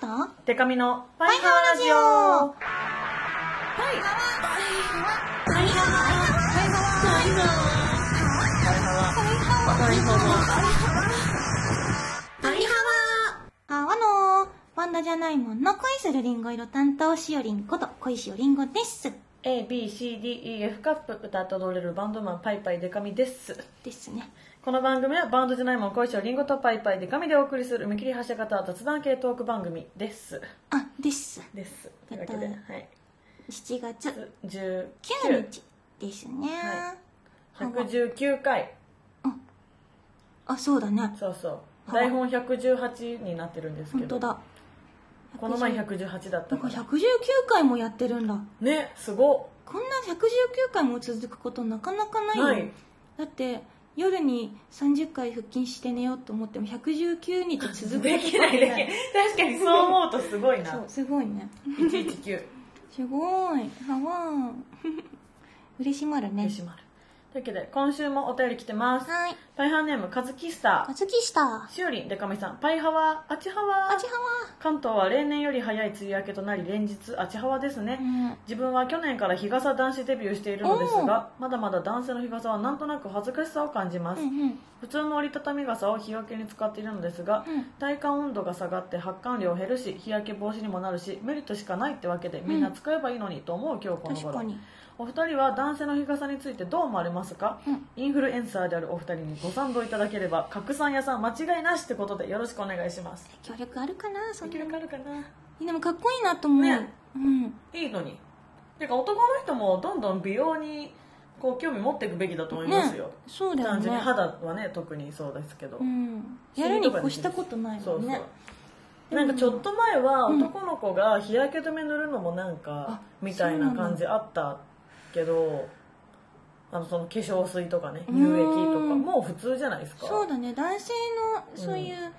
とワイ手紙のワイハワラジオハワあわのパンダじゃないもんの恋するりんご色担当しおりんこと恋しおりんごです ABCDEF カップ歌って踊れるバンドマンパイパイデカミですですねこの番組はバンドじゃないもん恋しょりんごとパイパイデカミでお送りする見切り発車型雑談系トーク番組ですあですですというわけで、はい、 7月19 9日ですね、はい119回あそうだねそうそう台本118になってるんですけ本ど当だこの前118だったなんかから119回もやってるんだねすごこんな119回も続くことなかなかないよ、ないだって夜に30回腹筋して寝ようと思っても119日続くできないできない確かに そう思うとすごいそうなすごいね119すごいはわー 嬉しまるね閉まるというわけで今週もお便り来てますはいパイハーネームカズキスタあずきしたあしおりんでかみさんパイハワーあちハワーちは関東は例年より早い梅雨明けとなり連日あちハワですね、わ自分は去年から日傘男子デビューしているのですがまだまだ男性の日傘はなんとなく恥ずかしさを感じます、うんうん普通の折りたたみ傘を日よけに使っているのですが、うん体感温度が下がって発汗量減るし日焼け防止にもなるしメリットしかないってわけでみんな使えばいいのにと思う今日この確頃、かにお二人は男性の日傘についてどう思われますか、うんインフルエンサーであるお二人にご賛同いただければ拡散屋さん間違いなしってことでよろしくお願いします協力あるかなそんな明らかあるかなでもかっこいいなと思う、ねうんいいのにてか男の人もどんどん美容にこう興味持っていくべきだと思いますよ、そうだよ単純にね肌はね特にそうですけど、うんやるに越したことないそもうんねそうなんかちょっと前は男の子が日焼け止め塗るのもなんかうんみたいな感じあったけどあのその化粧水とかね乳液とかうんもう普通じゃないですかそうだね男性のそういう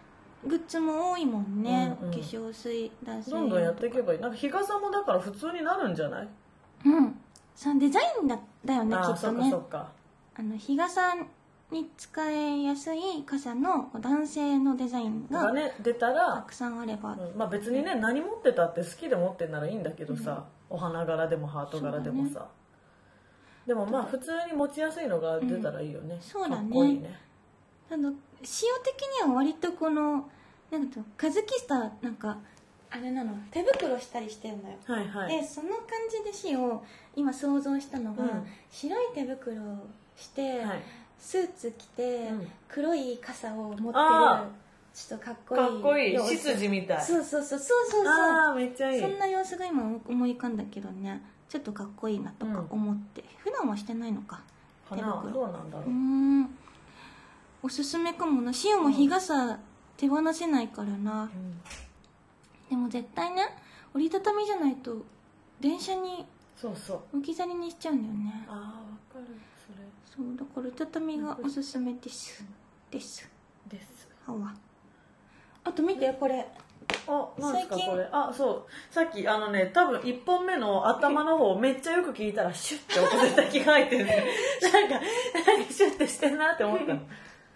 グッズも多いもんね、うんうん化粧水男性どんどんやっていけばいいなんか日傘もだから普通になるんじゃないうんそのデザインだだよねあきあっとそっかねそっかあの日傘に使いやすい傘の男性のデザインががね出たたら、くさんあれば、うんまあ別にね何持ってたって好きで持ってんならいいんだけどさ、お花柄でもハート柄でもそうさ、でもまあ普通に持ちやすいのが出たらいいよね、そうだねかっこいいねあの仕様的には割とこのなんかカズキスタなんかあれなの手袋したりしてるのよはいはいでその感じでしを今想像したのが、うん白い手袋をして、はい、スーツ着て、うん黒い傘を持ってるあちょっとかっこいいかっこいい様子執事みたいそうそうそうそうそうああめっちゃいいそんな様子が今思い浮かんだけどねちょっとかっこいいなとか思って、普段はしてないのかか手な袋どうなんだろうーうんおすすめかもなシオも日傘手放せないからなうんでも絶対ね折りたたみじゃないと電車にそうそう置き去りにしちゃうんだよねああわかるそそうだから折りたたみがおすすめですですれですはわあと見てこれあなんですか最近これあそうさっきあのね多分1本目の頭の方めっちゃよく聞いたらシュッて音出た気が入 ってるねなんかなんかシュッてしてんなって思ったのこ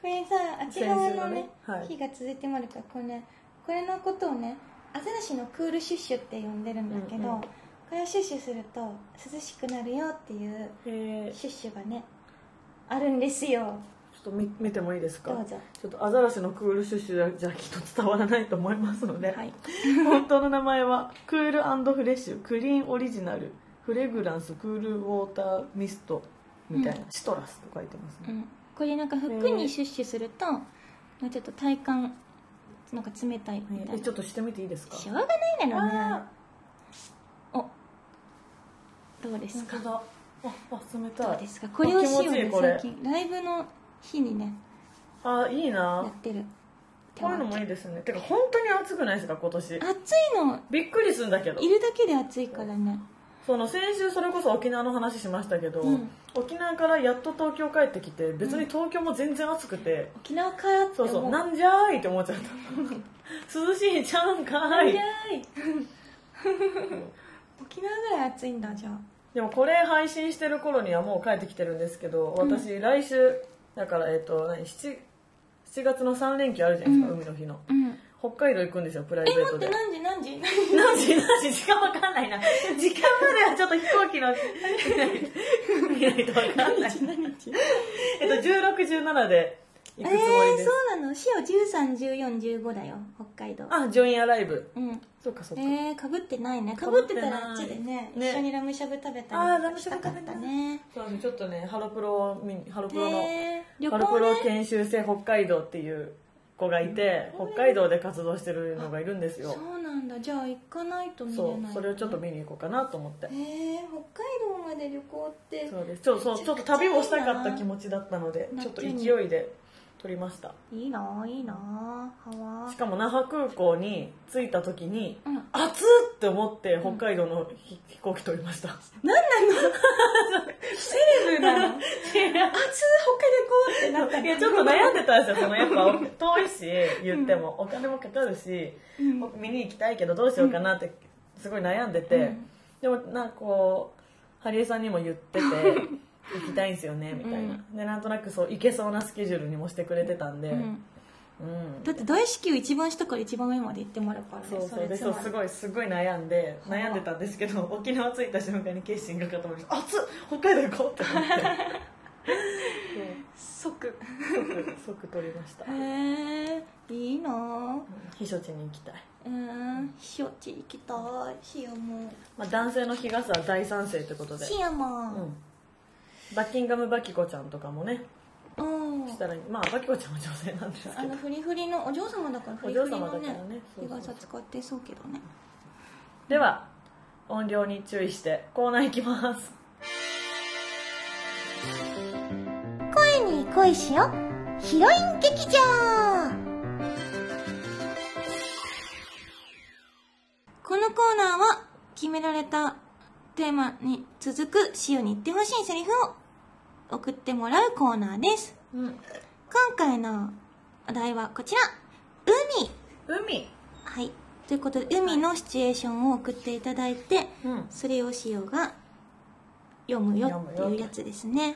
れさあっち側先週ののねねはい日が続いてもあるからこれ,、ね、これのことをねアザラシのクールシュッシュって呼んでるんだけど、うんうんこれをシュッシュすると涼しくなるよっていうへえちシュッシュがねあるんですよょっと見見てもいいですかどうぞちょっとアザラシのクールシュッシュじゃきっと伝わらないと思いますので、はい本当の名前はクールフレッシュクリーンオリジナルフレグランスクールウォーターミストみたいな、シトラスと書いてますうね、ん、これなんか服にシュッシュすると、なんかちょっと体感なんか冷たいみたえいちょなっとしてみていいですかしょうがないだろうあなおどうですか本当だああ冷たいどうですかこれをあ気持しちよういいねこれ最近ライブの日にねあいいやなってるこういうのもいいですねてか本当に暑くないですか今年暑いのびっくりするんだけどいるだけで暑いからねその先週それこそ沖縄の話しましたけど、うん沖縄からやっと東京帰ってきて別に東京も全然暑くて、沖縄からってそう思そううなんじゃーいって思っちゃった 涼しいちゃうんかなーんいじゃーい沖縄ぐらい暑いんだじゃあでもこれ配信してる頃にはもう帰ってきてるんですけど私来週だからえっと何 7, 7月の3連休あるじゃないですか、海の日のうん北海道行くんですよプライベえー待トってで何時何時何時何時何時時間わかんないな 時間まではちょっと飛行機の 見ないとわかんない何時えっと1617でえ行ー、くつもりです、そうなの潮131415だよ北海道あジョインアライブうんそうかそうか、えー、かぶってないね被かってないぶってたらあっちでねね一緒にラムしゃぶ食べたりあーラムしゃぶした食かべったたなねそうですちょっとねハロプロを見にハロプロの、えー、旅ハロプロ行ね研修生北海道っていう子がいて北海道で活動してるのがいるんですよそうなんだじゃあ行かないと見れないそねうそれをちょっと見に行こうかなと思ってえー、北海道まで旅行ってそうですちょそうちょっと旅をしたかった気持ちだったのでち夏ょっとに勢いで撮りましたいいないいなハワしかも那覇空港に着いた時にうん暑っって思って北海道のひ飛行機撮りましたセレブ なの暑い北海道行こうってなったいやちょっと悩んでたんですよそのやっぱ遠いし言ってもお金もかかるしうん僕見に行きたいけどどうしようかなってすごい悩んでて、うんでもなんかこうハリエさんにも言ってて行きたいんですよねみたいな、でなんとなくそう行けそうなスケジュールにもしてくれてたんで、ううんんだって大至急一番下から一番上まで行ってもらうからねそうそうれでつそまうりすごいすごい悩んで悩んでたんですけど 沖縄着いた瞬間に決心が固まりました熱っ北海道行こうって思って即そう即即取りましたへえいいなぁ避暑地に行きたい、うん避暑地行きたいシアもまあ、男性の日傘は大賛成というこ とで、シアうもん、バッキンガムバキコちゃんとかもねうんしたらまあバキコちゃんは女性なんですけどあのフリフリのお嬢様だからフリフリのお嬢様だからねねそう日そうそう傘使ってそうけどねでは音量に注意してコーナー行きます声に恋しよヒロイン劇場このコーナーは決められたテーマに続くしおに言ってほしいセリフを送ってもらうコーナーですうん今回のお題はこちら海海はいということで海のシチュエーションを送っていただいてうんはそれをしおが読むよっていうやつですねい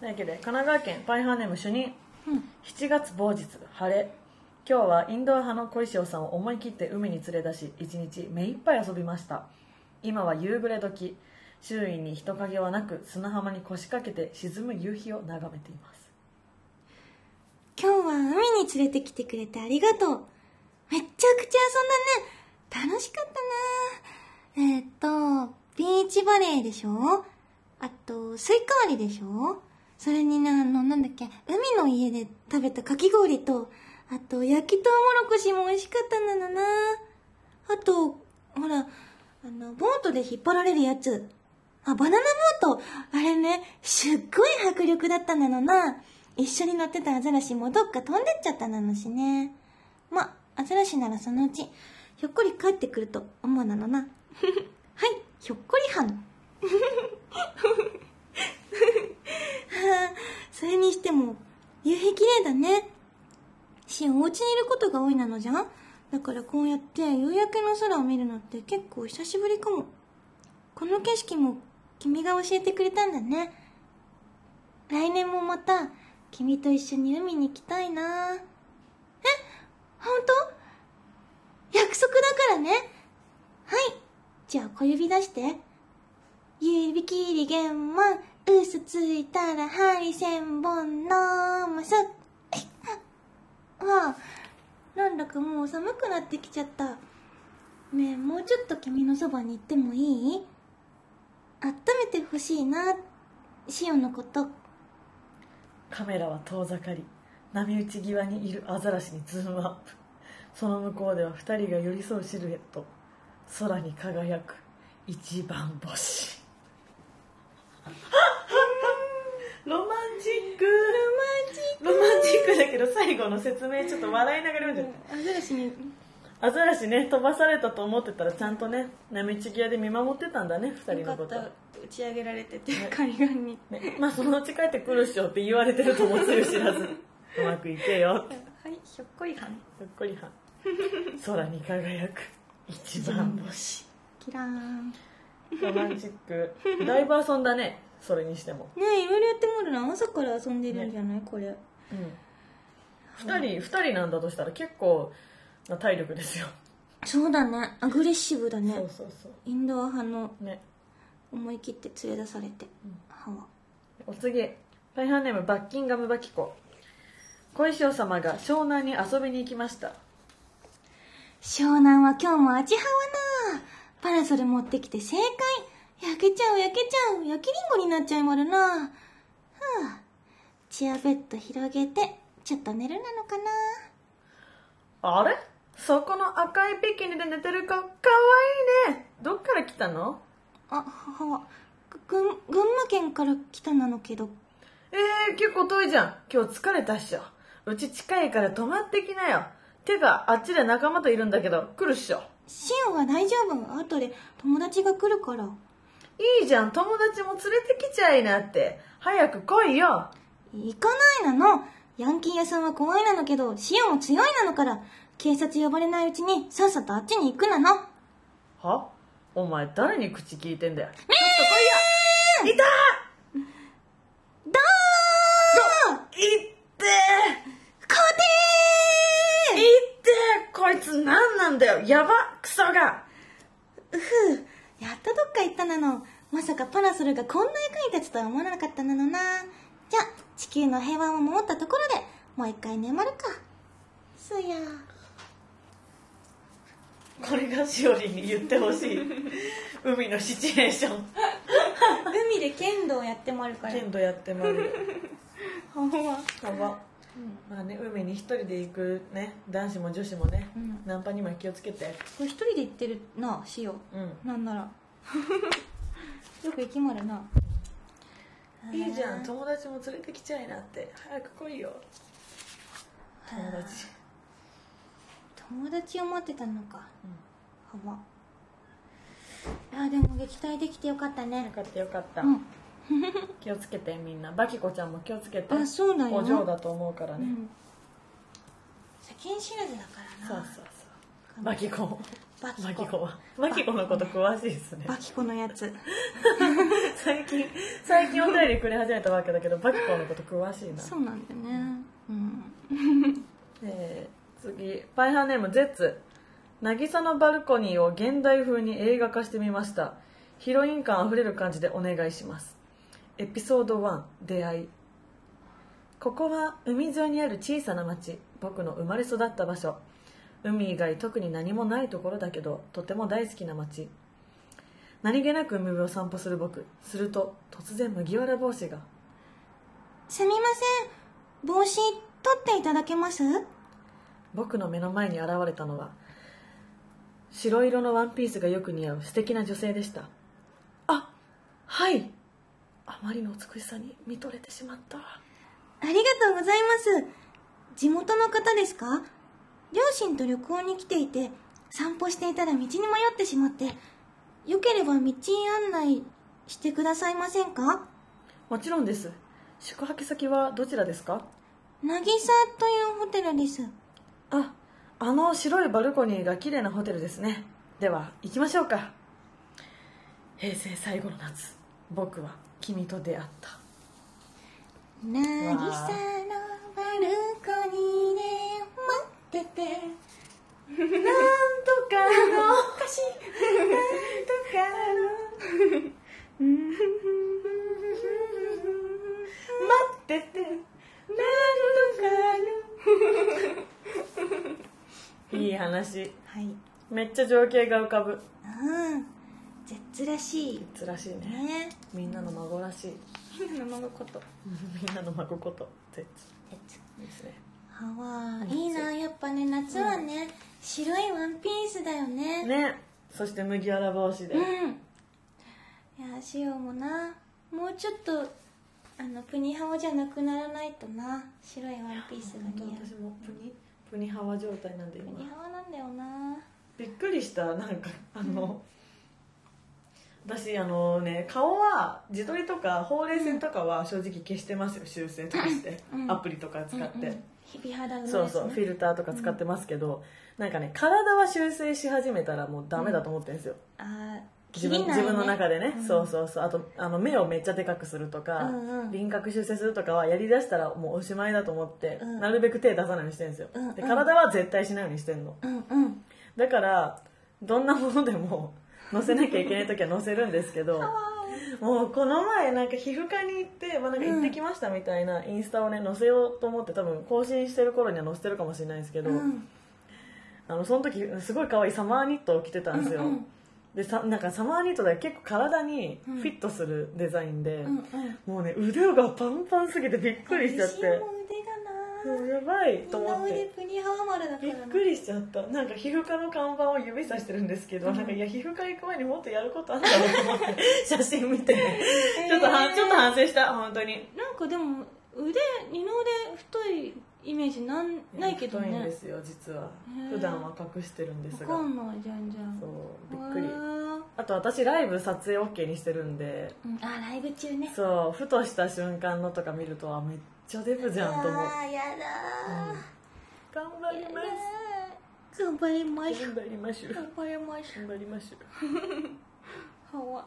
というわけで神奈川県パイハーネーム主任うん7月某日晴れ今日はインドア派の小石尾さんを思い切って海に連れ出し一日目いっぱい遊びました今は夕暮れ時周囲に人影はなく砂浜に腰掛けて沈む夕日を眺めています今日は海に連れてきてくれてありがとう。めっちゃくちゃ遊んだね。楽しかったなえーっと、ビーチバレーでしょあと、スイカ割りでしょそれにね、あの、なんだっけ、海の家で食べたかき氷と、あと、焼きとうもろこしも美味しかったんだなあと、ほら、あの、ボートで引っ張られるやつ。あ、バナナボートあれね、すっごい迫力だったなのな。一緒に乗ってたアザラシもどっか飛んでっちゃったなのしね。ま、アザラシならそのうち、ひょっこり帰ってくると思うなのな。 はい、ひょっこりはん。は あそれにしても、夕日綺麗だね。し、お家にいることが多いなのじゃんだからこうやって夕焼けの空を見るのって結構久しぶりかも。この景色も君が教えてくれたんだね来年もまた君と一緒に海に行きたいなえ本当約束だからねはいじゃあ小指出して指切り玄満嘘ついたら針千本のむすわあなんだかもう寒くなってきちゃったねえもうちょっと君のそばに行ってもいい温めてほしいなシオンのことカメラは遠ざかり波打ち際にいるアザラシにズームアップその向こうでは2人が寄り添うシルエット空に輝く一番星 ロマンチックロマンチックだけど最後の説明ちょっと笑いながら読んじゃったアザラシにアザラシね飛ばされたと思ってたらちゃんとね波打ち際で見守ってたんだね2人よかのこっとた打ち上げられてて海岸にね、まあそのうち帰ってくるっしょって言われてるともつゆ知ら ずうまくいけよってはいひょっこりはんひょっこりはん空に輝く一番星キラーンねロマンチックだいぶ遊んだねそれにしても、えいろいろやってもらうな朝から遊んでるんじゃない、これうん、 2人、二人なんだとしたら結構な体力ですよ。そうだねアグレッシブだねそうそうそインドア派のう。ね。思い切って連れ出されて、うん歯はお次大半ネームバッキンガムバキコ小石王様が湘南に遊びに行きました湘南は今日もあちはわなパラソル持ってきて正解焼けちゃう焼けちゃう焼きりんごになっちゃいまるなはあチアベッド広げてちょっと寝るなのかなあれそこの赤いビキニで寝てる子かわいいねどっから来たのあははぐん群馬県から来たなのけどえー、結構遠いじゃん今日疲れたっしょうち近いから泊まってきなよてかあっちで仲間といるんだけど来るっしょシオンは大丈夫後で友達が来るからいいじゃん友達も連れてきちゃいなって早く来いよ行かないなのヤンキー屋さんは怖いなのけどシオンは強いなのから警察呼ばれないうちにさっさとあっちに行くなのはお前誰に口聞いてんだよえいたーどーいってー勝ていってこいつ何なんだよやばクソがーふうやっとどっか行ったなのまさかパラソルがこんな役に立つとは思わなかったなのなじゃあ地球の平和を守ったところでもう一回眠るかすやこれがしおりんに言ってほしい海のシチュエーション海で剣道やってもあるか剣道やってまるほんまやばまあね海に一人で行くね男子も女子もね、うんナンパにも気をつけてこれ一人で行ってるなしようんうなんな らよく行きまるないいじゃん友達も連れてきちゃいなって早く来いよ友達友達を待ってたのかうんはばいやでも撃退できてよかったよねかったよかった、うん気をつけてみんなバキコちゃんも気をつけてあそうだよお嬢だと思うからうね、ん世間知らずだからそうなそうそうバキコもバキマコキコはマキコのこと詳しいですねバキコのやつ最近最近お便りくれ始めたわけだけどバキコのこと詳しいなそうなんだよねうんえー次パイハーネームゼッツ渚のバルコニーを現代風に映画化してみましたヒロイン感あふれる感じでお願いしますエピソード1出会いここは海沿いにある小さな町僕の生まれ育った場所海以外特に何もないところだけどとても大好きな町何気なく海辺を散歩する僕すると突然麦わら帽子がすみません帽子取っていただけます僕の目の前に現れたのは白色のワンピースがよく似合う素敵な女性でしたあはいあまりの美しさに見とれてしまったありがとうございます。地元の方ですか両親と旅行に来ていて、散歩していたら道に迷ってしまって、よければ道案内してくださいませんかもちろんです宿泊先はどちらですか渚というホテルです。ああの白いバルコニーが綺麗なホテルですねでは行きましょうか平成最後の夏僕は君と出会った渚のバルコニーで待ってて、なんと かのおかしいなんとかの 待っててなんとかのいい話はい。めっちゃ情景が浮かぶうん。絶らしいつらしいねね。 みんなの孫らしい生のこと。みんなの孫こと絶ですねはわいいなやっぱね夏はね、白いワンピースだよねねそして麦わら帽子でうんいやしおもなもうちょっとあのプニハオじゃなくならないとな白いワンピースが本当似合う私もプニプニハワ状態なんでプニ今ハオなんだよなびっくりしたなんかあの、私あのね顔は自撮りとかほうれい線とかは正直消してますよ修正とかして、うんアプリとか使って、うんうん日々肌のですねそうそうフィルターとか使ってますけど、なんかね体は修正し始めたらもうダメだと思ってるんですよ、あー切自分りない、ね、自分の中でね、うんそうそうそうあとあの目をめっちゃでかくするとか、うんうん輪郭修正するとかはやりだしたらもうおしまいだと思って、うんなるべく手出さないようにしてるんですよ、うんうんで体は絶対しないようにしてるのうんうんだからどんなものでも 乗せなきゃいけない時は乗せるんですけどもうこの前なんか皮膚科に行って、まあ、なんか行ってきましたみたいなインスタをね載せようと思って多分更新してる頃には載せてるかもしれないですけど、うんあのその時すごい可愛いサマーニットを着てたんですよ、うんうんでさなんかサマーニットで結構体にフィットするデザインで、うんもうね腕がパンパンすぎてびっくりしちゃって私も腕がなもうやばいぁとこん思なっ腕てプニハワ丸だからびっなくりしちゃったなんか皮膚科の看板を指さしてるんですけど、うんなんかいや皮膚科行く前にもっとやることあったのと思 って写真見て、 ちょっとはえーちょっと反省した本当になんかでも腕二の腕太いイメージなんないけど太いんねですよ実はへー普段は隠してるんですわがかんないじゃんじゃんそうびっくりうわあと私ライブ撮影 OK にしてるんでーうんあライブ中ねそうふとした瞬間のとか見るとあめっちゃデブじゃんと思う、うんあーやだ頑張ーりやまだー頑張りますしょ頑う張りましょう頑張りましょう頑張りましょはわ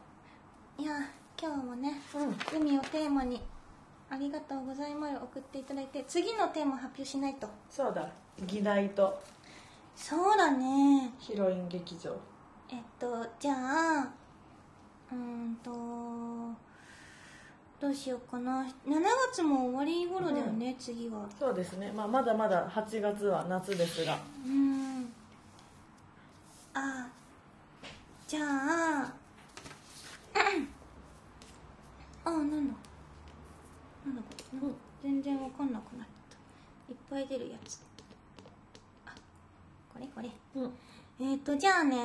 いや今日もねううん海をテーマにありがとうございますを送っていただいて次のテーマ発表しないとそうだ議題とそうだねヒロイン劇場えっとじゃあうーんとどうしようかな7月も終わり頃だよね、次はそうですね、まあ、まだまだ8月は夏ですがうーんあじゃああなんだなんだこれなんか全然わかんなくなったいっぱい出るやつあこれこれうんえっ、ー、とじゃあね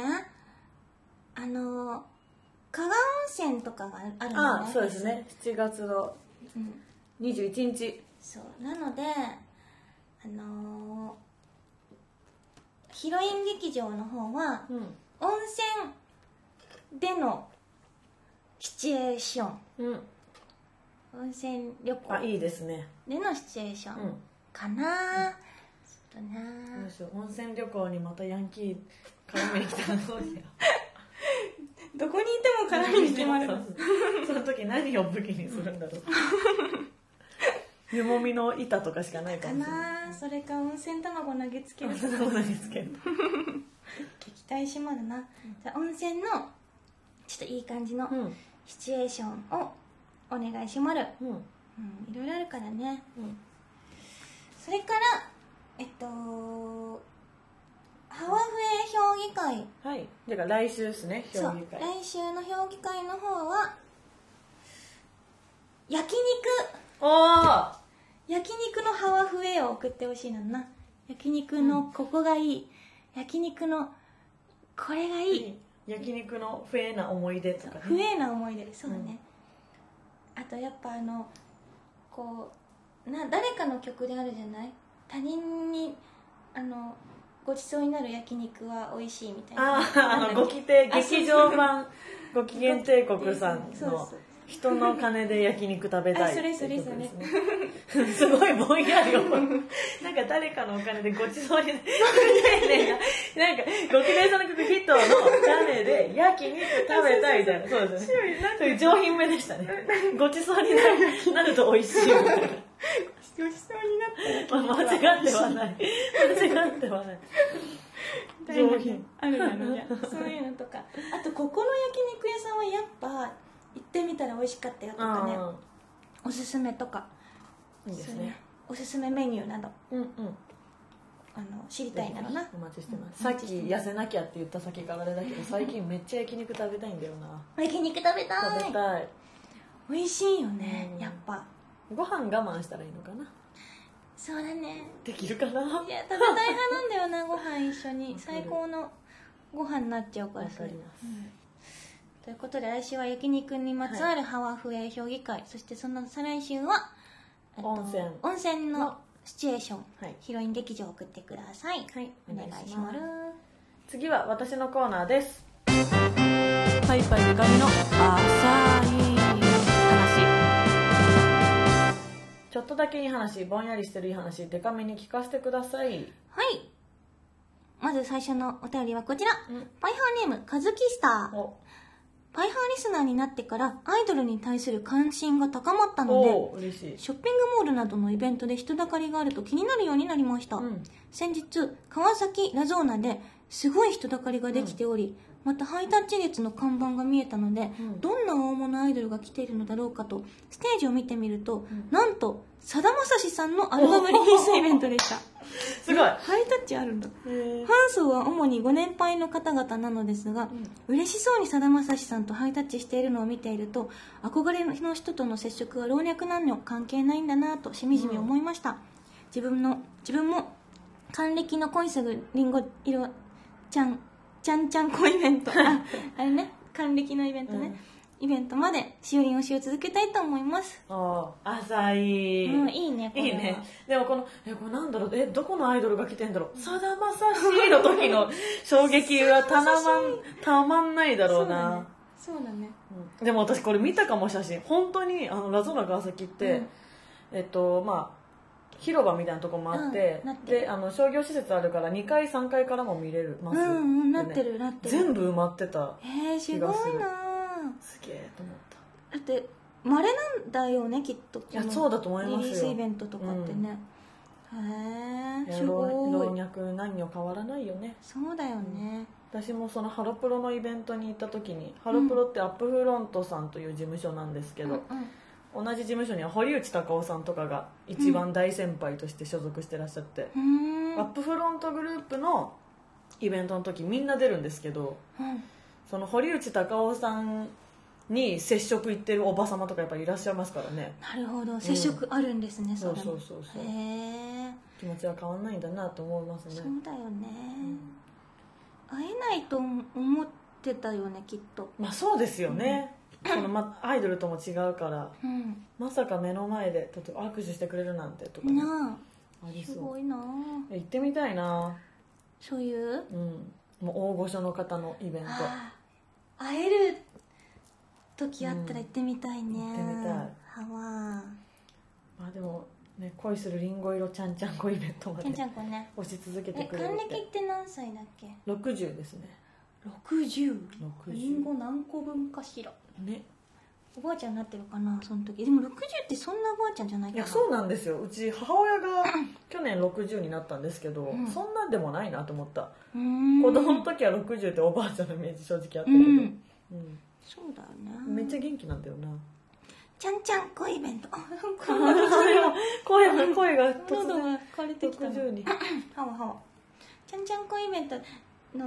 あの加賀温泉とかがあるんだよねああそうですね7月のうん21日そうなのであのーヒロイン劇場の方はうん温泉でのシチュエーションうん温泉旅あ行いいですねでのシチュエーショうンんかな、ちょっとなどうしよう温泉旅行にまたヤンキー絡みに来たらどうしようどこにいても絡みに決まるその時何を武器にするんだろう湯もみの板とかしかないかかもしれないなそれか温泉卵投げつけるそんなことないですけど期待しまるな、じゃあ温泉のちょっといい感じのうんシチュエーションをお願いしまる、うんうん、いろいろあるからねうんそれからえっとハワフエ評議会はいだから来週ですね評議そ会う来週の評議会の方は焼肉おー焼肉のハワフエを送ってほしいのにな焼肉のここがいい、焼肉のこれがいい、焼肉の不えな思い出とか不ね衛な思い出そうだね、あとやっぱあのこうな誰かの曲であるじゃない他人にあのごちそうになる焼肉は美味しいみたいなあーあのご規定劇場版ご機嫌帝国さんそうのそう人の金で焼肉食べたいあそれそれっていうことですね すごいぼんやりをなんか誰かのお金でごちそうにねえねえなんかごきげんさんの曲ヒットの金で焼肉食べたいみたいなそうですねそういう上品目でしたねごちそうになるなると美味しいみたいなごちそうになったまあ間違ってはない間違ってはない上品あるなのじゃん そういうのとかあとここの焼肉屋さんはやっぱ行ってみたら美味しかったよとかね あおすすめとかーいいですそういうねおすすめメニューなどうんうんあの知りたいならなお待ちしてますうんさっき痩せなきゃって言った先からあれだけど最近めっちゃ焼肉食べたいんだよな焼肉食べたい食べたい美味しいよねうんやっぱご飯我慢したらいいのかなそうだねできるかないや食べたい派なんだよ なご飯一緒にわかる最高のご飯になっちゃうからわかりますうんということで来週は焼肉にまつわるハワフエ評議会、そしてその再来週はえっと温泉温泉ののシチュエーション、はいヒロイン劇場を送ってください、はいお願いします次は私のコーナーですパイパイゆかみの浅い話ちょっとだけいい話ぼんやりしてるいい話デカめに聞かせてくださいはいまず最初のお便りはこちら、うんパイハーネームカズキスターおパイハーリスナーになってからアイドルに対する関心が高まったのでおお嬉しい、ショッピングモールなどのイベントで人だかりがあると気になるようになりました、うん、先日川崎ラゾーナですごい人だかりができており、またハイタッチ列の看板が見えたので、うんどんな大物アイドルが来ているのだろうかとステージを見てみると、んなんとさだまさしさんのアルバムリリースイベントでしたすごい、 ハイタッチあるんだえーファン層は主にご年配の方々なのですが、嬉しそうにさだまさしさんとハイタッチしているのを見ていると憧れの人との接触は老若男女関係ないんだなとしみじみ思いました、自分の自分も還暦の恋するりんご色ちゃんちゃんちゃんこイベ ントああれね還暦のイベントね、イベントまでしおりん推しを続けたいと思います、ああ浅い、うんいいねこれいはいねでもこのえこれなんだろうえどこのアイドルが来てんだろうさだまさしの時の衝撃はたまんたまんないだろうなそうだねうんでも私これ見たかも写真本当にあのラゾーナ川崎って、えっとまあ広場みたいなとこもあって,、うんなってるであの商業施設あるから2階3階からも見れるまそうすだねうんうんなっでてねるなってる全部埋まってたえー、すごいなあすげえと思っただってまれなんだよねきっといやそうだと思いますよリリースイベントとかってね、へえすご老い若男女変わらないよねそうだよね、私もそのハロプロのイベントに行った時にハロプロってアップフロントさんという事務所なんですけうんうんど、同じ事務所には堀内孝雄さんとかが一番大先輩として所属してらっしゃって、うんアップフロントグループのイベントの時みんな出るんですけどうんその堀内孝雄さんに接触行ってるおば様とかやっぱりいらっしゃいますからねなるほど接触あるんですね、そそうれもそうそうそうへえ気持ちは変わんないんだなと思いますそねうだよね、会えないと思ってたよねきっとまあそうですよね、そのま、アイドルとも違うからうんまさか目の前で例えば握手してくれるなんてとか、ね、なあありすそごういなあ行ってみたいなそういううんもう大御所の方のイベントあー会える時あったら行ってみたいね、うん行ってみたいはわまあでもね恋するりんご色ちゃんちゃんこイベントまーでけんちゃんこね押し続けてえくれる還っ暦てって何歳だっけ60ですね 60? 60りんご何個分かしらねおばあちゃんになってるかなその時でも60ってそんなおばあちゃんじゃないいかなやそうなんですようち母親が去年60になったんですけど、んそんなんでもないなと思った、うーん子供の時は60っておばあちゃんのイメージ正直あったけうど、うんんそうだよねめっちゃ元気なんだ よな、ちゃんちゃんこイベ ントあこんな声が声が声が突喉然が枯れてきたの60にはわはわちゃんちゃんこイベントの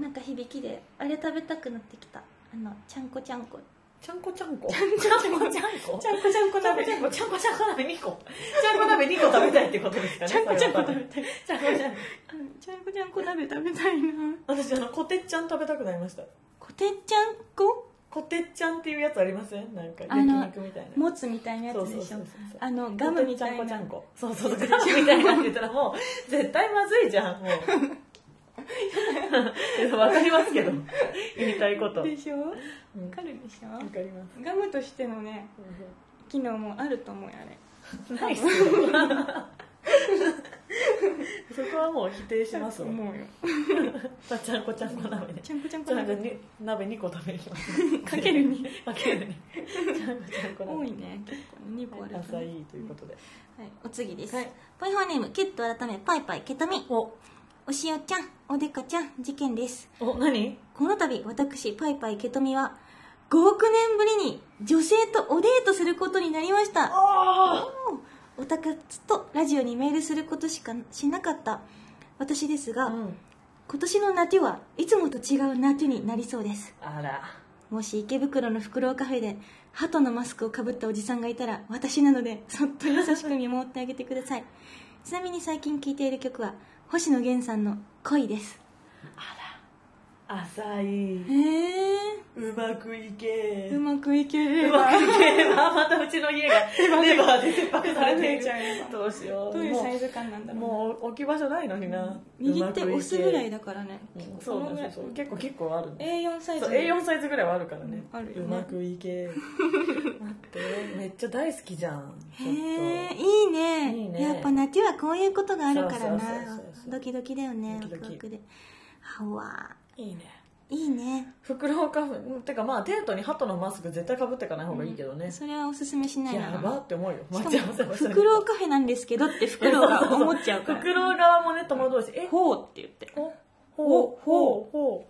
なんか響きであれ食べたくなってきたあのちゃんこちゃんこちゃんこちゃんこちゃんこちゃんこちゃんこちゃんこちゃんこ食べちゃんこちゃんこちゃんこ鍋2個ちゃんこ鍋2個食べたいってことですかねちゃんこちゃんこ食べたいちゃんこちゃんこうんちゃんこちゃんこ鍋食べたいな私あのこてっちゃん食べたくなりましたこてっちゃんここてっちゃんっていうやつありませんなんかあ焼の肉みたいなもつみたいなやそうつそうでそしうょそうあのガムみたいなちゃんこちゃんこそうそうそうガムみたいなって言ったらもう 絶対まずいじゃんもうわかりますけど言いたいことわでしょわうんかるでしょかりますガムとしてのね機能もあると思うよあれないっすよそこはもう否定しますとわ思うよまあちゃんこちゃんこ鍋ねちゃんこちゃんこちゃんこ鍋に鍋2個食べに行きますかけるにかけるねちゃんこちゃんこ多鍋いね結構ね2個あると朝ねいいということではい、お次です、はいパイハーネームケット改めパイパイケトミおおしおちゃんおでかちゃん事件ですお何この度私パイパイケトミは5億年ぶりに女性とおデートすることになりましたあおたかつとラジオにメールすることしかしなかった私ですが、あうん今年の夏はいつもと違う夏になりそうですあらもし池袋のフクロウカフェで鳩のマスクをかぶったおじさんがいたら私なのでそっと優しく見守ってあげてくださいちなみに最近聴いている曲は星野源さんの「恋」です浅いへえうまくいけうまくいけれ うまばくいければまたうちの家がレバーで切迫されてい 切迫されちゃえばるどうしようどういうサイズ感なんだろうねもうもう置き場所ないのにな右手押すぐらいだだからねそうなんですよそう結構結構あるね A4 サイズそう A4 サイズぐらいはあるからねうんあるよねうまくいけ 待ってめっちゃ大好きじゃんちょっとへえいいねいいねやっぱ夏はこういうことがあるからなそうそうそうそうドキドキだよねドキドキワクワクではわいいねいいねフクロウ花粉てかまあテントにハトのマスク絶対かぶっていかない方がいいけどね、それはおすすめしないやばなって思うよし待ち合わせかもを「するフクロウカフェなんですけど」ってフクロウが思っちゃうかフらクロウ側もね戸惑うしえほうって言ってほほほほほほ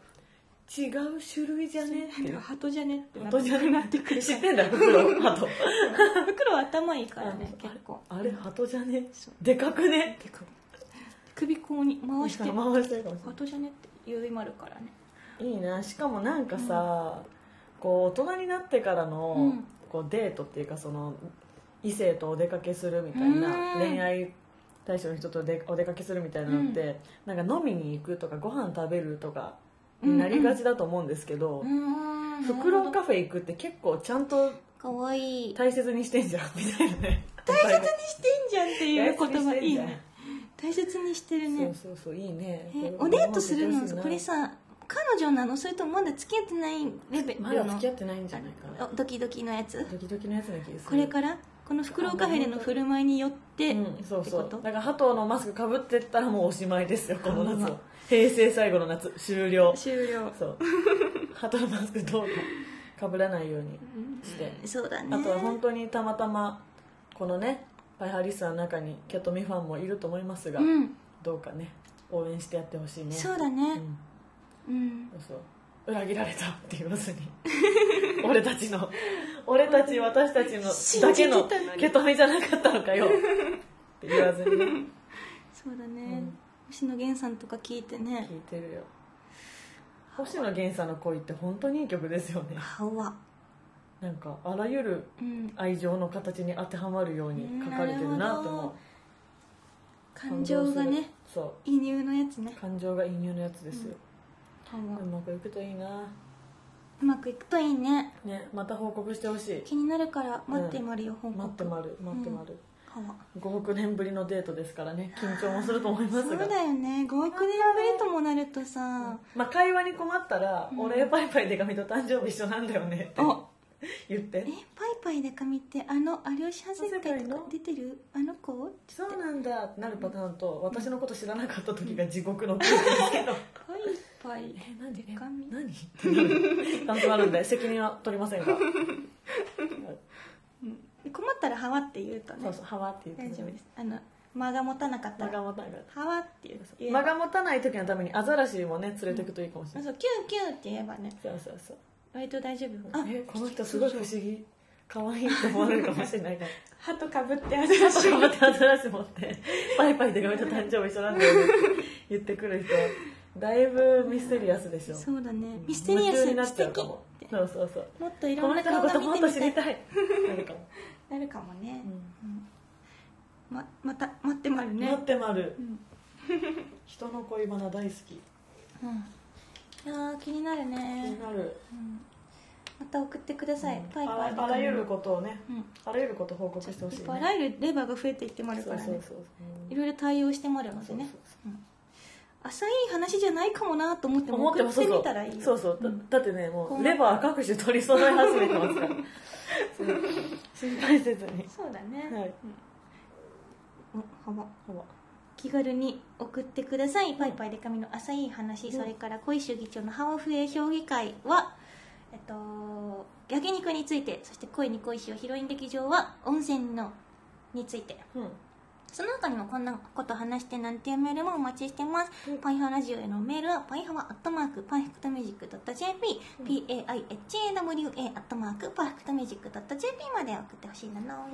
違う種類じゃねっていうハトじゃねってハトじゃねな ってくる 知ってんだフクロウハトフクロウ頭いいからねうん結構あれハトじゃねそうでかくね首こうに回回してハしてるかもしれトじゃねって言いまるからねないいいなしかもなんかさ、こう大人になってからの、うんこうデートっていうかその異性とお出かけするみたいな、うん恋愛対象の人とでお出かけするみたいなのって、なんか飲みに行くとかご飯食べるとかになりがちだと思うんですけど、うーんフクロウカフェ行くって結構ちゃんとかわいい大切にしてんじゃんみたいなね大切にしてんじゃんっていう言葉いいね大切にしてるねそうそうそういいねえおデートするのこれこれさ彼女なのそれともまだ付き合ってないレベルのまだ付き合ってないんじゃないかなおドキドキのやつドキドキのやつな気がするこれからこのフクロウカフェでの振る舞いによって、うん、そっうそうてことだからハトのマスクかぶってったらもうおしまいですよこの夏うはわ平成最後の夏終了終了そうハトのマスクどうかかぶらないようにして、そうだねあとは本当にたまたまこのねパイハーリスナーの中にキャットミファンもいると思いますが、うんどうかね応援してやってほしいねそうだねんうん、そうそう裏切られたって言わずに 俺たちの俺たち私たちのだけの信じてたのに受け止めじゃなかったのかよって言わずにねそうだね、うん星野源さんとか聞いてね聞いてるよ星野源さんの恋って本当にいい曲ですよね歯はなんかあらゆるうん愛情の形に当てはまるように書かれてるなと思う感情がねそ移入のやつねう感情が移入のやつですよ、歯うはまくいくといいなうまくいくといいねねまた報告してほしい気になるから待ってまるよ、報告待ってまる待ってまる、歯は5億年ぶりのデートですからね緊張もすると思いますそうがだよね5億年ぶりともなるとさ、まあ、会話に困ったら「俺パイパイで髪と誕生日一緒なんだよね」ってあ言ってえパイパイで髪ってあの有吉ハゼ会とか出てるあの子「そうなんだ」ってなるパターンと私のこと知らなかった時が地獄の空気ですけどパイパイ 「え何え髪何?」ってなる感想があるんで責任は取りま せんが困ったら「はわ」って言うとそねうそう「はわ」って言大って丈夫ですあの間が持たなかったら間が「持たないはわ」って言う言えば間が持たない時のためにアザラシもね連れていくといいかもしれあない、そうキューキューって言えばねそうそうそう割と大丈夫あえこの人すごい不思議可愛いって思われるかもしれ ないから歯とかぶってあるらしい頑張って新しい持ってパイパイで髪と誕生日一緒なんだよねって言ってくる人だいぶミステリアスでしょそうだねうんミステリア夢ス中になっ素ちゃう敵かもってそうそうそうもっといころんのな人の顔こがと見もってとみ知りたいたいなるかも、なるかもねう、んままた待ってまるね待ってまるうん、人の恋バナ大好きうん、いやー気になる気ねに、なるうん、また送ってください、パイあパイでらあらゆると、ことをねうん、あらゆること報告してほしい、いっね、ぱいあらゆるレバーが増えていってまるそかうらそうねそういろいろ対応してまるのでそうそうねそう浅い話じゃないかもなと思っても思って送もっそうてそみうたらいいよそうそうだだってねもこううレバー各種取り揃え始めてますからそう 心配せずにそうだね、はいうん、お幅ほら気軽に送ってください「パイパイで髪の浅い話」それから恋主義長のハワフエ評議会はえっと焼肉についてそして恋に恋しようヒロイン劇場は温泉のについてうんその他にもこんなこと話してなんていうメールもお待ちしてます。うんパイハワラジオへのメールは、パイハワアットマーク、パーフェクトミュージック .jp、p-a-i-h-a-w-a アットマーク、パーフェクトミュージック .jp まで送ってほしいなな。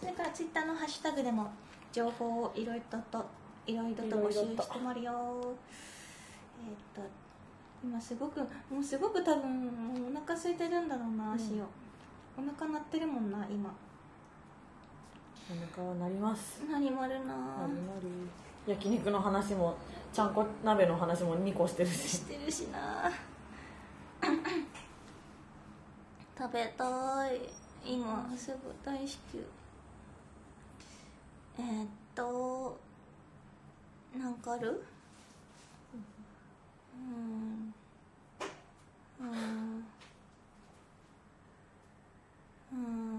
それからツイッターのハッシュタグでも、情報をいろいろと、いろいろと募集してもらうよ。えーっと、今すごく、もうすごく多分、もうお腹空いてるんだろうな、うん足を。お腹鳴ってるもんな、今。お腹はなりますなりまるななるなる焼肉の話もちゃんこ鍋の話も2個してるししてるしな 食べたい今すぐ大至急えーっとなんかあるうんうんうん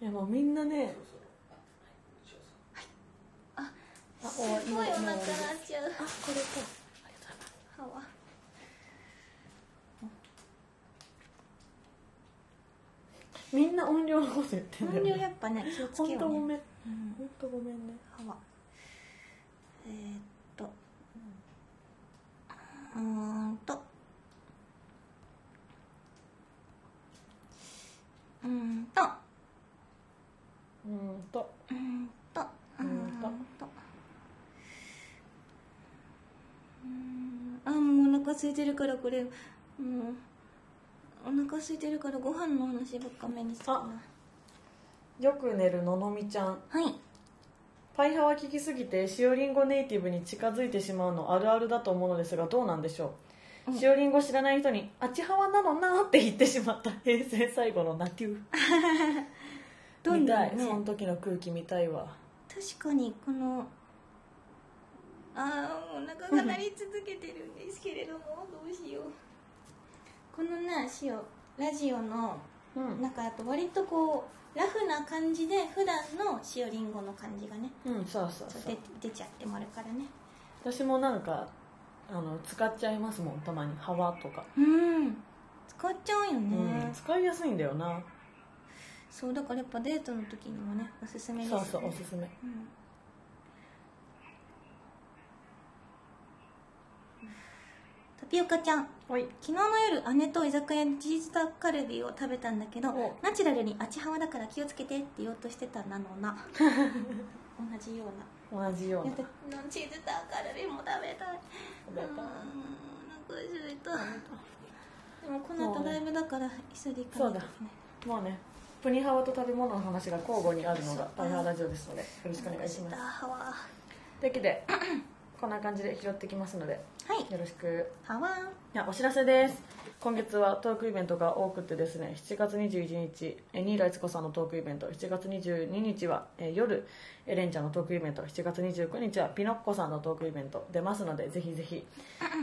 いやもうみんなねすごいお腹鳴っちゃうあこれか 歯はみんな音量のこと言ってんだ音よ、量ね、やっぱね気をつけよ本当ごうねめうんん本当ごめんね歯はえー、っとうーんとうーんとうんとうーんとうーんとうーんあもうお腹空いてるからこれもうんお腹空いてるからご飯の話ばっか目につくなあよく寝るののみちゃんはいパイ派は聞きすぎてしおりんごネイティブに近づいてしまうのあるあるだと思うのですがどうなんでしょう、うんしおりんご知らない人に「あちはわなのな」って言ってしまった平成最後のナテューどん見どたんい、その時の空気見たいわ確かにこのあーお腹が鳴り続けてるんですけれどもどうしようこのね塩ラジオのうん、中だと割とこうラフな感じで普段の塩りんごの感じがねうん、そうそうちょっそとう出出ちゃってもあるからね私もなんかあの使っちゃいますもんたまに「はわ」とか、うん使っちゃうよね、うん、使いやすいんだよなそうだからやっぱデートの時にもねおすすめです、そね、うそうおすすめうんタピオカちゃんはい昨日の夜姉と居酒屋でチーズタッカルビを食べたんだけどおナチュラルに「あちはわだから気をつけて」って言おうとしてたなのな同じような同じよういなやだチーズタッカルビも食べたい食べたいーうんお腹空いたでもこの後ライブだから急いで行かないといけないもうねプニハワと食べ物の話が交互にあるのがパイハワラジオですのでよろしくお願いしおます腹空いたはわというわけでこんな感じで拾ってきますのではいよろしくはわんいやお知らせです今月はトークイベントが多くてですね7月21日えー新浦悦子さんのトークイベント7月22日は、えー夜エレンちゃんのトークイベント7月29日はピノッコさんのトークイベント出ますのでぜひぜひ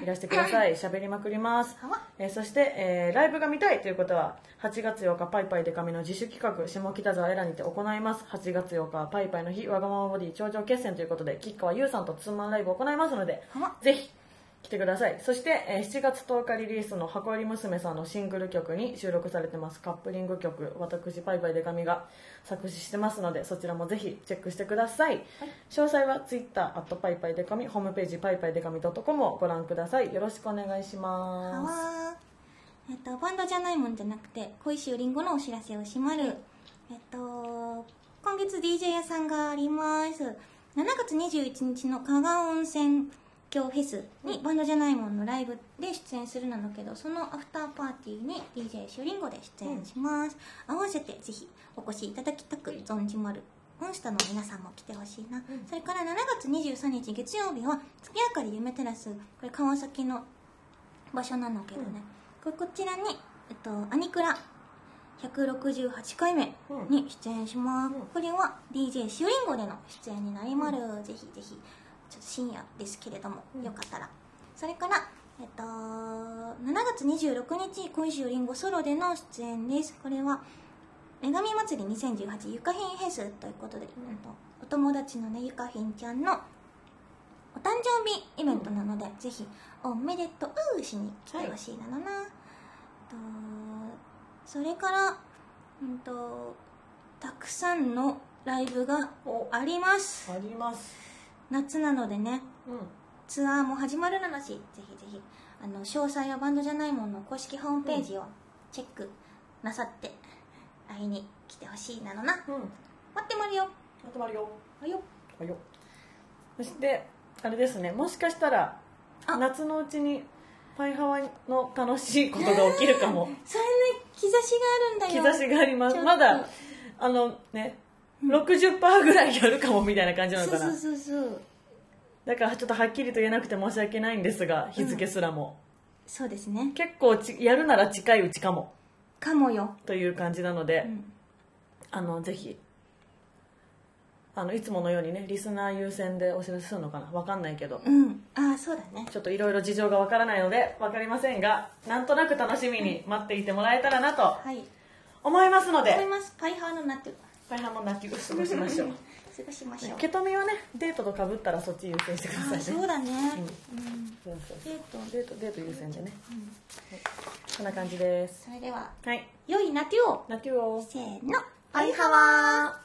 いらしてください喋りまくりますはわえーそして、えーライブが見たいという方は8月8日パイパイデカミの自主企画下北沢エラにて行います8月8日はパイパイの日わがままボディ頂上決戦ということで吉川優さんとツーマンライブを行いますのではわぜひ来てくださいそして、えー7月10日リリースの箱入り娘さんのシングル曲に収録されてますカップリング曲私パイパイデカミが作詞してますのでそちらもぜひチェックしてください、詳細は Twitter アットパイパイデカミホームページパイパイデカミ .com をご覧くださいよろしくお願いしはますわーえっとバンドじゃないもんじゃなくて恋しおりんごのお知らせをしまる、えっと今月 DJ 屋さんがあります7月21日の加賀温泉郷フェスにバンドじゃないもんのライブで出演するなのけどそのアフターパーティーに DJ しおりんごで出演します、合わせてぜひお越しいただきたく存じまるモンスターの皆さんも来てほしいな、それから7月23日月曜日は月明かり夢テラスこれ川崎の場所なのけどね、ここちらに、えっと、アニクラ168回目に出演します、うんこれは DJ しおりんごでの出演になりまる、ぜひぜひちょっと深夜ですけれども、うんよかったらそれからえっと7月26日小石おりんごソロでの出演ですこれは女神祭り2018ゆかひんフェスということで、えっんとお友達のねゆかひんちゃんのお誕生日イベントなので、ぜひおめでとうしに来てほしいなのな、とそれから、うん、とたくさんのライブがおありますあります夏なのでねうツアーも始まるなのしぜひぜひあの詳細はバンドじゃないものの公式ホームページをチェックなさって会いに来てほしいなのなんうん待ってまるよ集まるよあよはいよそしてあれですねもしかしたらあ夏のうちにパイハワの楽しいことが起きるかもそれね兆しがあるんだよ兆しがありますちょっとまだあのね60%ぐらいやるかもみたいな感じなのそうかなそうそうそうだからちょっとはっきりと言えなくて申し訳ないんですが日付すらも、そうですね結構ちやるなら近いうちかもかもよ、という感じなので、うん、あのぜひあのいつものようにねリスナー優先でお知らせするのかなわかんないけど、うん、ああそうだねちょっといろいろ事情がわからないのでわかりませんがなんとなく楽しみに待っていてもらえたらなとはい思いますの思いでますパイハーのなって大半も泣きを過ごしましょう過ごしましょう。受け止めはねデートとかぶったらそっち優先してくださあいーねそうだね。うん。そうそうデート。デートデート優先でねうんこんな感じですそれでは、はい良い夏をナテュオせーの。アイハワー